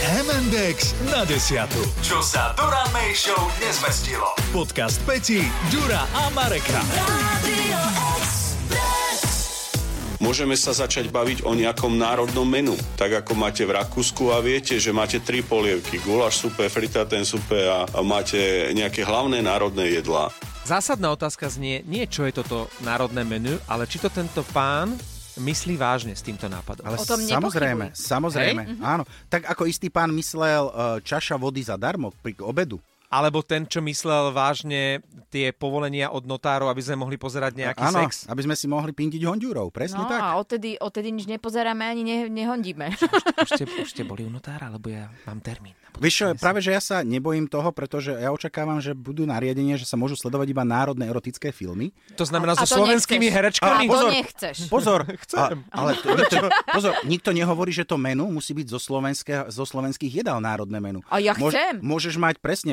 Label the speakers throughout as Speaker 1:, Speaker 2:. Speaker 1: M&X na desiatu. Čo sa do rannej show nezmestilo. Podcast Peti, Ďura a Mareka.
Speaker 2: Môžeme sa začať baviť o nejakom národnom menu. Tak ako máte v Rakúsku a viete, že máte tri polievky. Guláš supe, fritaten supe a a máte nejaké hlavné národné jedlá.
Speaker 3: Zásadná otázka znie, nie čo je toto národné menu, ale či to tento pán myslí vážne s týmto nápadom. Ale...
Speaker 4: Ale
Speaker 5: O tom Mhm.
Speaker 4: samozrejme,
Speaker 5: nepochybuj.
Speaker 4: samozrejme, áno. Tak ako istý pán myslel e, čaša vody zadarmo pri obedu.
Speaker 3: Alebo ten, čo myslel vážne tie povolenia od notárov, aby sme mohli pozerať nejaký
Speaker 4: Áno,
Speaker 3: sex.
Speaker 4: aby sme si mohli pindiť hondiurov, presne
Speaker 5: No
Speaker 4: tak.
Speaker 5: a odtedy, odtedy nič nepozeráme ani ne, nehondíme.
Speaker 3: Už ste, už ste boli u notára, lebo ja mám termín.
Speaker 4: Vieš čo, práve že ja sa nebojím toho, pretože ja očakávam, že budú nariadenie, že sa môžu sledovať iba národné erotické filmy.
Speaker 3: To znamená
Speaker 5: A- a
Speaker 3: so
Speaker 5: to
Speaker 3: slovenskými
Speaker 5: nechceš.
Speaker 3: herečkami?
Speaker 5: A to nechceš.
Speaker 4: Pozor, Chcem. A, ale to, nikto, pozor, nikto nehovorí, že to menu musí byť zo, slovenského- zo slovenských jedál národné menu.
Speaker 5: A ja chcem.
Speaker 4: Môžeš mať presne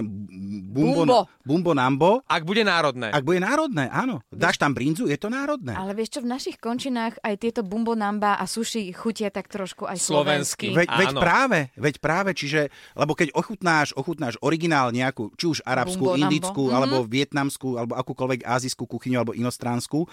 Speaker 4: bumbo,
Speaker 5: Bumbo.
Speaker 4: bumbo. bumbo nambo,
Speaker 3: Ak bude národné.
Speaker 4: ak bude národné, áno. Dáš tam brinzu, je to národné.
Speaker 5: Ale vieš čo, v našich končinách aj tieto bumbo namba a sushi chutia tak trošku aj
Speaker 3: Slovensky.
Speaker 5: slovensky.
Speaker 4: Veď, veď
Speaker 3: Áno.
Speaker 4: práve, veď práve, čiže, lebo keď ochutnáš, ochutnáš originál nejakú, či už arabskú,
Speaker 5: Bumbo
Speaker 4: Bumbo,
Speaker 5: nambo. Mhm.
Speaker 4: indickú, mm-hmm. alebo vietnamskú, alebo akúkoľvek azijskú kuchyňu, alebo inostranskú,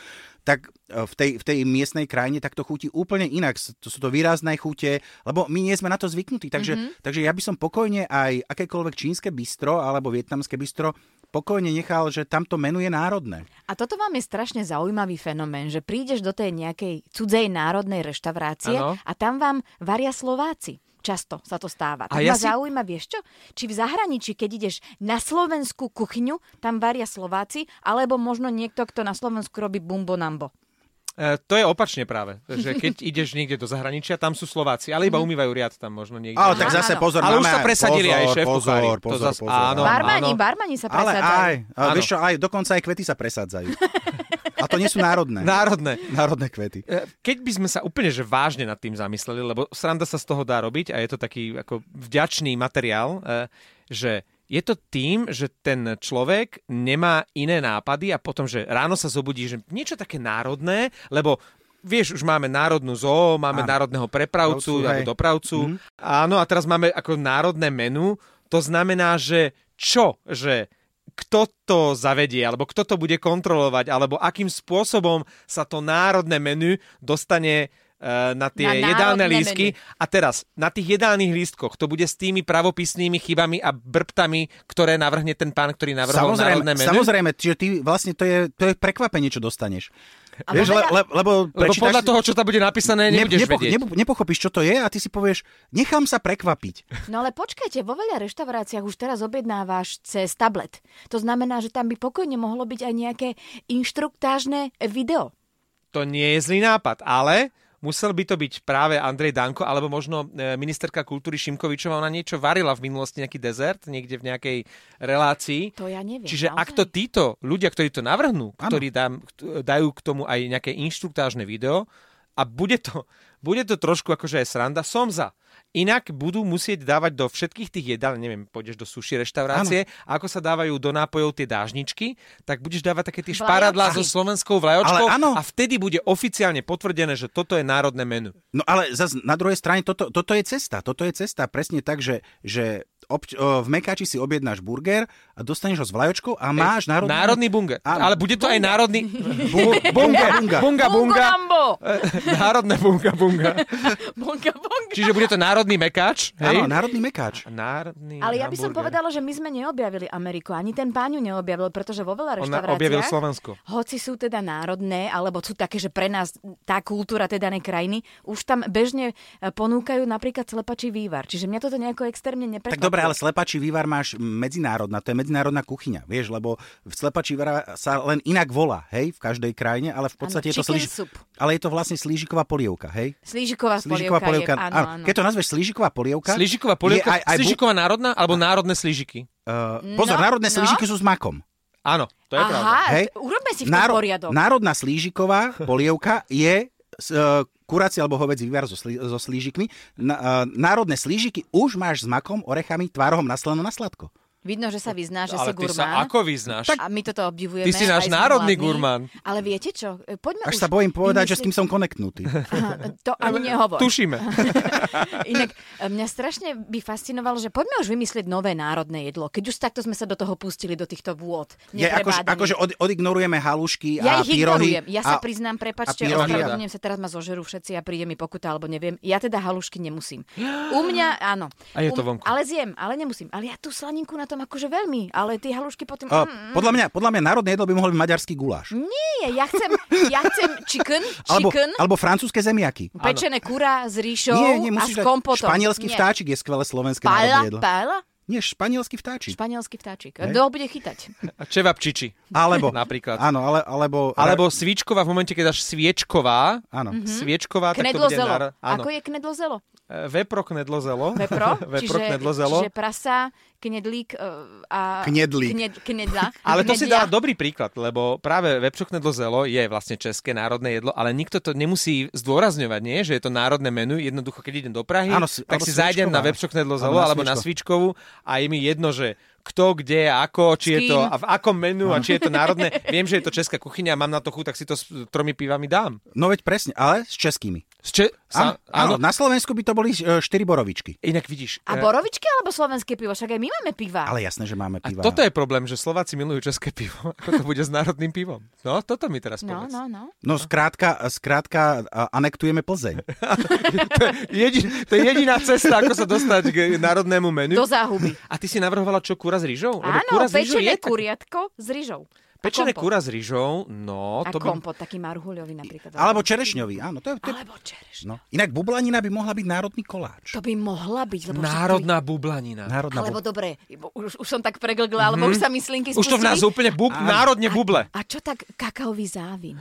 Speaker 4: tak e, v tej, v tej miestnej krajine tak to chutí úplne inak. S- To sú to výrazné chute, lebo my nie sme na to zvyknutí. Takže,
Speaker 5: Mhm.
Speaker 4: mm-hmm. takže ja by som pokojne aj akékoľvek čínske bistro, alebo vietnamské bistro, pokojne nechal, že tamto menu je národné.
Speaker 5: A toto vám je strašne zaujímavý fenomén, že prídeš do tej nejakej cudzej národnej reštaurácie
Speaker 3: Áno.
Speaker 5: a tam vám varia Slováci. Často sa to stáva.
Speaker 3: A
Speaker 5: Tak
Speaker 3: ja
Speaker 5: ja ma
Speaker 3: si-
Speaker 5: si... zaujíma, vieš čo? Či v zahraničí, keď ideš na slovenskú kuchyňu, tam varia Slováci, alebo možno niekto, kto na Slovensku robí bumbo nambo.
Speaker 3: E, to je opačne práve. Že keď ideš niekde do zahraničia, tam sú Slováci, ale
Speaker 5: Mhm.
Speaker 3: iba umývajú riad tam možno niekde.
Speaker 4: Ale tak
Speaker 5: Aha,
Speaker 4: zase
Speaker 5: áno.
Speaker 4: pozor,
Speaker 3: Ale už
Speaker 4: máme
Speaker 3: sa presadili aj
Speaker 4: pozor,
Speaker 3: šéf kuchári.
Speaker 4: pozor,
Speaker 3: To
Speaker 4: pozor,
Speaker 3: zas-
Speaker 4: pozor,
Speaker 3: áno,
Speaker 4: áno.
Speaker 5: Barmani,
Speaker 3: No, áno.
Speaker 5: barmani sa
Speaker 4: Ale aj,
Speaker 5: presadzajú.
Speaker 4: a vieš
Speaker 3: Áno.
Speaker 4: čo, aj dokonca aj kvety sa presadzajú. A to nie sú národné.
Speaker 3: Národné.
Speaker 4: Národné kvety.
Speaker 3: E, Keď by sme sa úplne že vážne nad tým zamysleli, lebo sranda sa z toho dá robiť a je to taký ako vďačný materiál, e, že je to tým, že ten človek nemá iné nápady a potom, že ráno sa zobudí, že niečo také národné, lebo vieš, už máme národnú zoo, máme
Speaker 4: Áno.
Speaker 3: národného prepravcu
Speaker 4: Dopravcu,
Speaker 3: alebo
Speaker 4: hej.
Speaker 3: dopravcu. Mhm. Áno, a teraz máme ako národné menu, to znamená, že čo, že kto to zavedie, alebo kto to bude kontrolovať, alebo akým spôsobom sa to národné menu dostane e, na tie
Speaker 5: Na
Speaker 3: jedálne
Speaker 5: národné
Speaker 3: lístky. A teraz, na tých jedálnych lístkoch to bude s tými pravopisnými chybami a brptami, ktoré navrhne ten pán, ktorý navrhol národné menu.
Speaker 4: samozrejme, čiže ty vlastne to je, to je prekvapenie, čo dostaneš.
Speaker 5: A
Speaker 4: Vieš, le,
Speaker 5: povedal-
Speaker 4: le, lebo,
Speaker 3: Lebo
Speaker 4: prečítaš
Speaker 3: podľa
Speaker 4: si-
Speaker 3: toho, čo tam bude napísané, nebudeš
Speaker 4: nepo-
Speaker 3: vedieť.
Speaker 4: nepo- nepochopíš, čo to je a ty si povieš, nechám sa prekvapiť.
Speaker 5: No ale počkajte, vo veľa reštauráciách už teraz objednávaš cez tablet. To znamená, že tam by pokojne mohlo byť aj nejaké inštruktážne video.
Speaker 3: To nie je zlý nápad, ale musel by to byť práve Andrej Danko, alebo možno e, ministerka kultúry Šimkovičová, ona niečo varila v minulosti, nejaký dezert, niekde v nejakej relácii.
Speaker 5: To ja neviem.
Speaker 3: Čiže
Speaker 5: naozaj.
Speaker 3: ak to títo ľudia, ktorí to navrhnú, ktorí dám, kt- dajú k tomu aj nejaké inštruktážne video a bude to, bude to trošku akože aj sranda, som za. Inak budú musieť dávať do všetkých tých jedál, neviem, pôjdeš do suši reštaurácie, ano. ako sa dávajú do nápojov tie dážničky, tak budeš dávať také tie
Speaker 5: Vlajočky.
Speaker 3: šparadlá so slovenskou vlajočkou
Speaker 4: Ale áno.
Speaker 3: a vtedy bude oficiálne potvrdené, že toto je národné menu.
Speaker 4: No ale zas na druhej strane, toto, toto je cesta. Toto je cesta presne tak, že, že obč- o, v Mekáči si objednáš burger a dostaneš ho s vlajočkou a máš národný...
Speaker 3: Národný bunger.
Speaker 4: Áno.
Speaker 3: Ale bude to aj národný...
Speaker 4: Bu- bunga, bunga.
Speaker 3: Bunga,
Speaker 5: Bunga
Speaker 3: bunga.
Speaker 5: Rambo!
Speaker 3: Národné bunga, bunga.
Speaker 5: Bunga, bunga.
Speaker 3: Čiže bude to národný mekáč. Hej?
Speaker 4: Áno, národný mekáč.
Speaker 3: Národný
Speaker 5: Ale ja by som
Speaker 3: hamburger.
Speaker 5: povedala, že my sme neobjavili Ameriku. Ani ten pán ju neobjavil, pretože vo
Speaker 3: On
Speaker 5: veľa reštauráciách...
Speaker 3: objavil Slovensko.
Speaker 5: Hoci sú teda národné, alebo sú také, že pre nás tá kultúra tej danej krajiny, už tam bežne eh, ponúkajú napríklad slepačí vývar. Čiže mňa toto nejako extrémne neprekvapilo.
Speaker 4: Tak dobre, ale slepačí vývar máš medzinárodná, to je medzinárodná kuchyňa, vieš, lebo v slepačí vývar sa len inak volá, hej, v každej krajine, ale v podstate je to
Speaker 5: chicken
Speaker 4: slíž...
Speaker 5: soup.
Speaker 4: Ale je to vlastne slížiková polievka, hej?
Speaker 5: Slížiková,
Speaker 4: Slížiková polievka,
Speaker 5: Je, áno, áno.
Speaker 4: Keď to nazveš slížiková polievka...
Speaker 3: Slížiková polievka,
Speaker 4: je aj, aj
Speaker 3: slížiková národná alebo národné slížiky.
Speaker 4: Uh, pozor,
Speaker 5: No,
Speaker 4: národné
Speaker 5: no.
Speaker 4: slížiky sú s makom.
Speaker 3: Áno, to je
Speaker 5: Aha,
Speaker 3: pravda.
Speaker 4: Hej?
Speaker 5: urobme si v tom poriadok.
Speaker 4: Národná slížiková polievka je uh, kurací alebo hovedzí vývar so, slí, so e, slížikmi. Na, uh, národné slížiky už máš s makom, orechami, tvárohom na slano, na sladko.
Speaker 5: Vidno, že sa vyzná, že
Speaker 3: Ale
Speaker 5: si
Speaker 3: ty
Speaker 5: gurmán.
Speaker 3: sa ako vyznáš?
Speaker 5: A my toto obdivujeme.
Speaker 3: Ty si náš
Speaker 5: aj sme
Speaker 3: národný
Speaker 5: hladní.
Speaker 3: gurmán.
Speaker 5: Ale viete čo? E, Poďme
Speaker 4: Až
Speaker 5: už
Speaker 4: sa bojím povedať, že s
Speaker 5: vymyslieť-
Speaker 4: kým som konektnutý.
Speaker 5: Aha, to ani nehovor.
Speaker 3: Tušíme.
Speaker 5: Inak e, mňa strašne by fascinovalo, že poďme už vymyslieť nové národné jedlo, keď už takto sme sa do toho pustili, do týchto vôd.
Speaker 4: Je, akože,
Speaker 5: neprebádaných.
Speaker 4: akože od, odignorujeme halušky
Speaker 5: ja
Speaker 4: a
Speaker 5: ich
Speaker 4: pyrohy.
Speaker 5: ignorujem. Ja sa
Speaker 4: a-
Speaker 5: priznám, prepačte,
Speaker 4: a pyrohy a-
Speaker 5: ospravedlňujem sa, teraz ma zožerú všetci a príde mi pokuta, alebo neviem. Ja teda halušky nemusím. U mňa áno.
Speaker 3: A je
Speaker 5: U
Speaker 3: to
Speaker 5: m-
Speaker 3: vonku.
Speaker 5: Ale zjem, ale nemusím. Ale ja tú slaninku na tom akože veľmi, ale tie halušky potom...
Speaker 4: O,
Speaker 5: Mm,
Speaker 4: podľa, mňa, podľa mňa národné jedlo by mohol byť maďarský guláš.
Speaker 5: nie, ja chcem, ja chcem chicken,
Speaker 4: Alebo,
Speaker 5: Mm, chicken,
Speaker 4: alebo francúzske zemiaky.
Speaker 5: pečené kura s ríšou
Speaker 4: Nie, nie,
Speaker 5: a
Speaker 4: musíš
Speaker 5: s
Speaker 4: dať-
Speaker 5: kompotom.
Speaker 4: Španielský
Speaker 5: Nie.
Speaker 4: vtáčik je skvelé slovenské národné
Speaker 5: Paella,
Speaker 4: jedlo.
Speaker 5: paella?
Speaker 4: Nie, španielský vtáčik.
Speaker 5: Španielský vtáčik.
Speaker 4: Hej.
Speaker 5: Kto ho bude chytať?
Speaker 3: A čevapčiči.
Speaker 4: Alebo,
Speaker 3: Napríklad.
Speaker 4: Áno, ale, alebo,
Speaker 3: Alebo sviečková, v momente, keď dáš sviečková,
Speaker 4: Áno.
Speaker 3: sviečková, tak to
Speaker 5: Mhm. Knedlo
Speaker 3: bude...
Speaker 5: zelo.
Speaker 3: nára- áno.
Speaker 5: Ako je knedlo zelo?
Speaker 3: E, Vepro knedlo zelo.
Speaker 5: Vepro?
Speaker 3: Vepro
Speaker 5: čiže,
Speaker 3: knedlo zelo.
Speaker 5: Čiže prasa, knedlík e, a...
Speaker 4: Knedlík.
Speaker 5: Kned, knedla.
Speaker 3: Ale to si dá
Speaker 5: knedlia.
Speaker 3: dobrý príklad, lebo práve vepřo knedlo zelo je vlastne české národné jedlo, ale nikto to nemusí zdôrazňovať, nie? že je to národné menu. Jednoducho, keď idem do Prahy, Áno,
Speaker 4: Áno, s-
Speaker 3: tak
Speaker 4: alebo
Speaker 3: si zájdem
Speaker 4: svíčková.
Speaker 3: na vepřo knedlo
Speaker 4: Alebo
Speaker 3: zelo
Speaker 4: na
Speaker 3: alebo na svičkovú a je mi jedno, že kto, kde, ako, či je
Speaker 5: S
Speaker 3: to
Speaker 5: kým.
Speaker 3: a v akom menu a či je to národné. Viem, že je to česká kuchyňa a mám na to chuť, tak si to s tromi pivami dám.
Speaker 4: No veď presne, ale s českými.
Speaker 3: S Če- sa-
Speaker 4: Áno,
Speaker 3: áno.
Speaker 4: áno. na Slovensku by to boli e, štyri borovičky.
Speaker 3: Inak vidíš. e,
Speaker 5: A borovičky alebo slovenské pivo? Však aj my máme piva.
Speaker 4: Ale jasné, že máme
Speaker 3: a
Speaker 4: piva.
Speaker 3: toto je problém, že Slováci milujú české pivo. Ako to bude s národným pivom? No, toto mi teraz
Speaker 5: No,
Speaker 3: povedz.
Speaker 5: no, no.
Speaker 4: No skrátka, skrátka a- anektujeme Plzeň.
Speaker 3: Jedin, to je jediná cesta, ako sa dostať k národnému menu.
Speaker 5: Do záhuby.
Speaker 3: A ty si navrhovala čo, kura s rýžou? Lebo
Speaker 5: Áno,
Speaker 3: No. kura s rýžou
Speaker 5: pečené
Speaker 3: je tak-
Speaker 5: kuriatko s ryžou. A
Speaker 3: Pečené
Speaker 5: kompot.
Speaker 3: kura s rýžou, no,
Speaker 5: A
Speaker 3: to by...
Speaker 5: kompot, taký marhuľový napríklad.
Speaker 4: Alebo čerešňový, áno. To je, to je,
Speaker 5: Alebo čereš.
Speaker 4: no. Inak bublanina by mohla byť národný koláč.
Speaker 5: To by mohla byť. Lebo však to
Speaker 3: Národná bublanina.
Speaker 5: by-
Speaker 4: Národná Mhm.
Speaker 5: Alebo
Speaker 4: bu-
Speaker 5: dobre, bo už, už som tak preglgla, alebo už sa myslinky
Speaker 3: Už to v nás
Speaker 5: spustili.
Speaker 3: úplne bub, národne buble.
Speaker 5: A čo tak kakaový závin?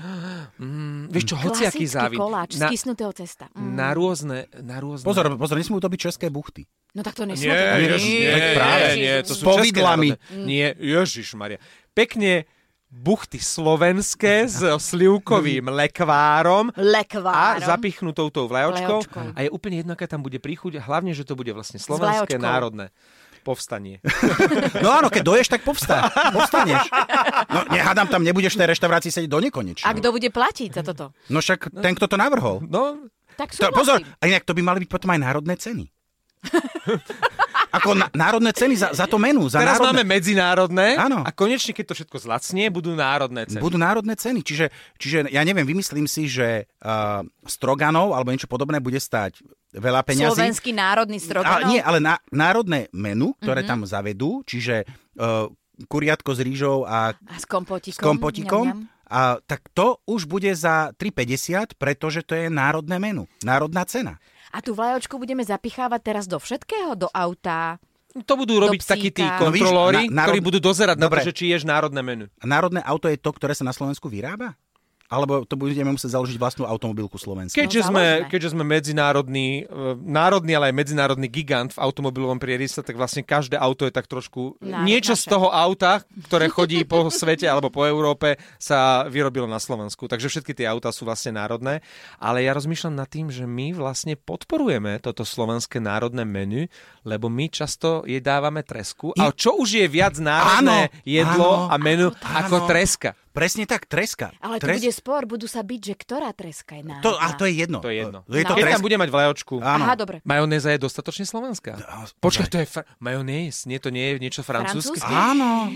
Speaker 3: Mm, Vieš čo, hociaký
Speaker 5: Klasický
Speaker 3: závid.
Speaker 5: koláč
Speaker 3: Na,
Speaker 5: z kysnutého cesta. Mm.
Speaker 3: na rôzne, na rôzne...
Speaker 4: Pozor, pozor, nesmú to byť české buchty.
Speaker 5: No tak to
Speaker 3: Nie,
Speaker 5: nesmú.
Speaker 3: nie,
Speaker 4: Ježiš,
Speaker 3: nie,
Speaker 4: veď práve.
Speaker 3: nie, nie, to
Speaker 5: Ježiš.
Speaker 3: sú
Speaker 4: S
Speaker 3: české
Speaker 4: povidlami.
Speaker 5: Mm.
Speaker 3: národné. Nie, Ježiš Maria. Pekne buchty slovenské s slivkovým lekvárom a
Speaker 5: Lekvárom.
Speaker 3: zapichnutou tou
Speaker 5: Vlajočkou.
Speaker 3: vlajočkou. A je úplne jedno, aká tam bude príchuť. Hlavne, že to bude vlastne slovenské
Speaker 5: vlajočkou.
Speaker 3: národné povstanie.
Speaker 4: No áno, keď doješ, tak povstá, povstaneš. No nehádam, tam nebudeš v tej reštaurácii sedieť do
Speaker 5: A
Speaker 4: nekonečna.
Speaker 5: kto bude platiť za toto?
Speaker 4: No však ten, kto to navrhol.
Speaker 3: No,
Speaker 5: Tak
Speaker 4: To,
Speaker 5: súhlasím.
Speaker 4: pozor, a inak to by mali byť potom aj národné ceny. Ako na, národné ceny za, za to menu. Za
Speaker 3: teraz
Speaker 4: národné...
Speaker 3: máme medzinárodné
Speaker 4: Áno.
Speaker 3: a konečne, keď to všetko zlacnie, budú národné ceny.
Speaker 4: Budú národné ceny, čiže, čiže ja neviem, vymyslím si, že uh, stroganov alebo niečo podobné bude stáť veľa peňazí.
Speaker 5: Slovenský národný
Speaker 4: ale,
Speaker 5: stroganov.
Speaker 4: nie, ale na, národné menu, ktoré
Speaker 5: Mhm.
Speaker 4: tam zavedú, čiže uh, kuriatko s rýžou a
Speaker 5: A s
Speaker 4: s
Speaker 5: kompotikom.
Speaker 4: kompotikom,
Speaker 5: Ňam, ňam.
Speaker 4: a, tak to už bude za 3,50, pretože to je národné menu, národná cena.
Speaker 5: A tú vlajočku budeme zapichávať teraz do všetkého, do auta.
Speaker 3: To budú robiť
Speaker 5: psíka.
Speaker 3: takí tí
Speaker 5: No
Speaker 4: vidíš,
Speaker 3: kontrolóri,
Speaker 4: na- národ-
Speaker 3: ktorí budú dozerať na to,
Speaker 4: Dobre.
Speaker 3: že či ješ národné menu.
Speaker 4: A národné auto je to, ktoré sa na Slovensku vyrába? Alebo to budeme musieť založiť vlastnú automobilku Slovenska?
Speaker 5: Keď-
Speaker 3: Keďže,
Speaker 5: No,
Speaker 3: sme,
Speaker 5: založme.
Speaker 3: keďže sme medzinárodný, e, národný, ale aj medzinárodný gigant v automobilovom priemysle, tak vlastne každé auto je tak trošku...
Speaker 5: Národ
Speaker 3: niečo z
Speaker 5: naše.
Speaker 3: toho auta, ktoré chodí po svete alebo po Európe, sa vyrobilo na Slovensku. Takže všetky tie auta sú vlastne národné. Ale ja rozmýšľam nad tým, že my vlastne podporujeme toto slovenské národné menu, lebo my často jej dávame tresku. A čo už je viac národné
Speaker 4: Áno,
Speaker 3: jedlo
Speaker 4: áno,
Speaker 3: a menu
Speaker 4: áno.
Speaker 3: ako treska?
Speaker 4: Presne tak, treska.
Speaker 5: Ale tu
Speaker 4: Tres-
Speaker 5: bude spor, budú sa byť, že ktorá treska je národná.
Speaker 4: to, a to je jedno.
Speaker 3: To je jedno.
Speaker 4: To je to
Speaker 5: No.
Speaker 3: Keď
Speaker 4: treska.
Speaker 3: tam bude mať vlajočku.
Speaker 4: áno.
Speaker 5: Aha, dobre.
Speaker 3: Majonéza je dostatočne slovenská.
Speaker 4: No,
Speaker 3: Počkaj, to je fr- majonéz, nie, to nie je niečo francúzske.
Speaker 5: Francúzske?
Speaker 4: Áno.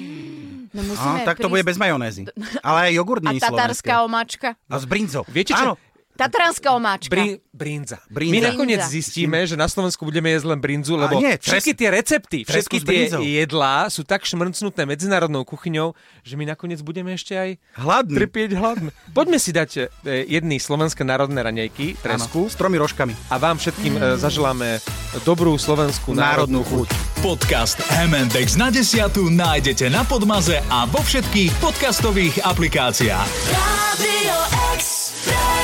Speaker 5: No
Speaker 4: Á,
Speaker 5: musíme
Speaker 4: tak to bude bez majonézy. Ale aj jogurt
Speaker 5: A
Speaker 4: nie je slovenské.
Speaker 5: tatarská omáčka.
Speaker 4: A s brinzou.
Speaker 3: Viete čo?
Speaker 4: Áno.
Speaker 5: Tatranská omáčka.
Speaker 3: Brin, brinza.
Speaker 4: Brinza.
Speaker 3: My nakoniec
Speaker 5: Brinza.
Speaker 3: zistíme, že na Slovensku budeme jesť len brinzu,
Speaker 4: A
Speaker 3: lebo
Speaker 4: nie, tres-
Speaker 3: všetky tie recepty, všetky
Speaker 4: tresku s
Speaker 3: tie
Speaker 4: brinzou.
Speaker 3: jedlá sú tak šmrcnuté medzinárodnou kuchyňou, že my nakoniec budeme ešte aj
Speaker 4: Hladný.
Speaker 3: trpieť hladno. Poďme si dať e, jedny slovenské národné raňajky,
Speaker 4: Áno,
Speaker 3: tresku,
Speaker 4: S tromi rožkami.
Speaker 3: a vám všetkým e, zaželáme dobrú slovenskú národnú
Speaker 4: Národnú chuť.
Speaker 1: Podcast MNDX na desiatu nájdete na Podmaze a vo všetkých podcastových aplikáciách.
Speaker 6: Radio Express.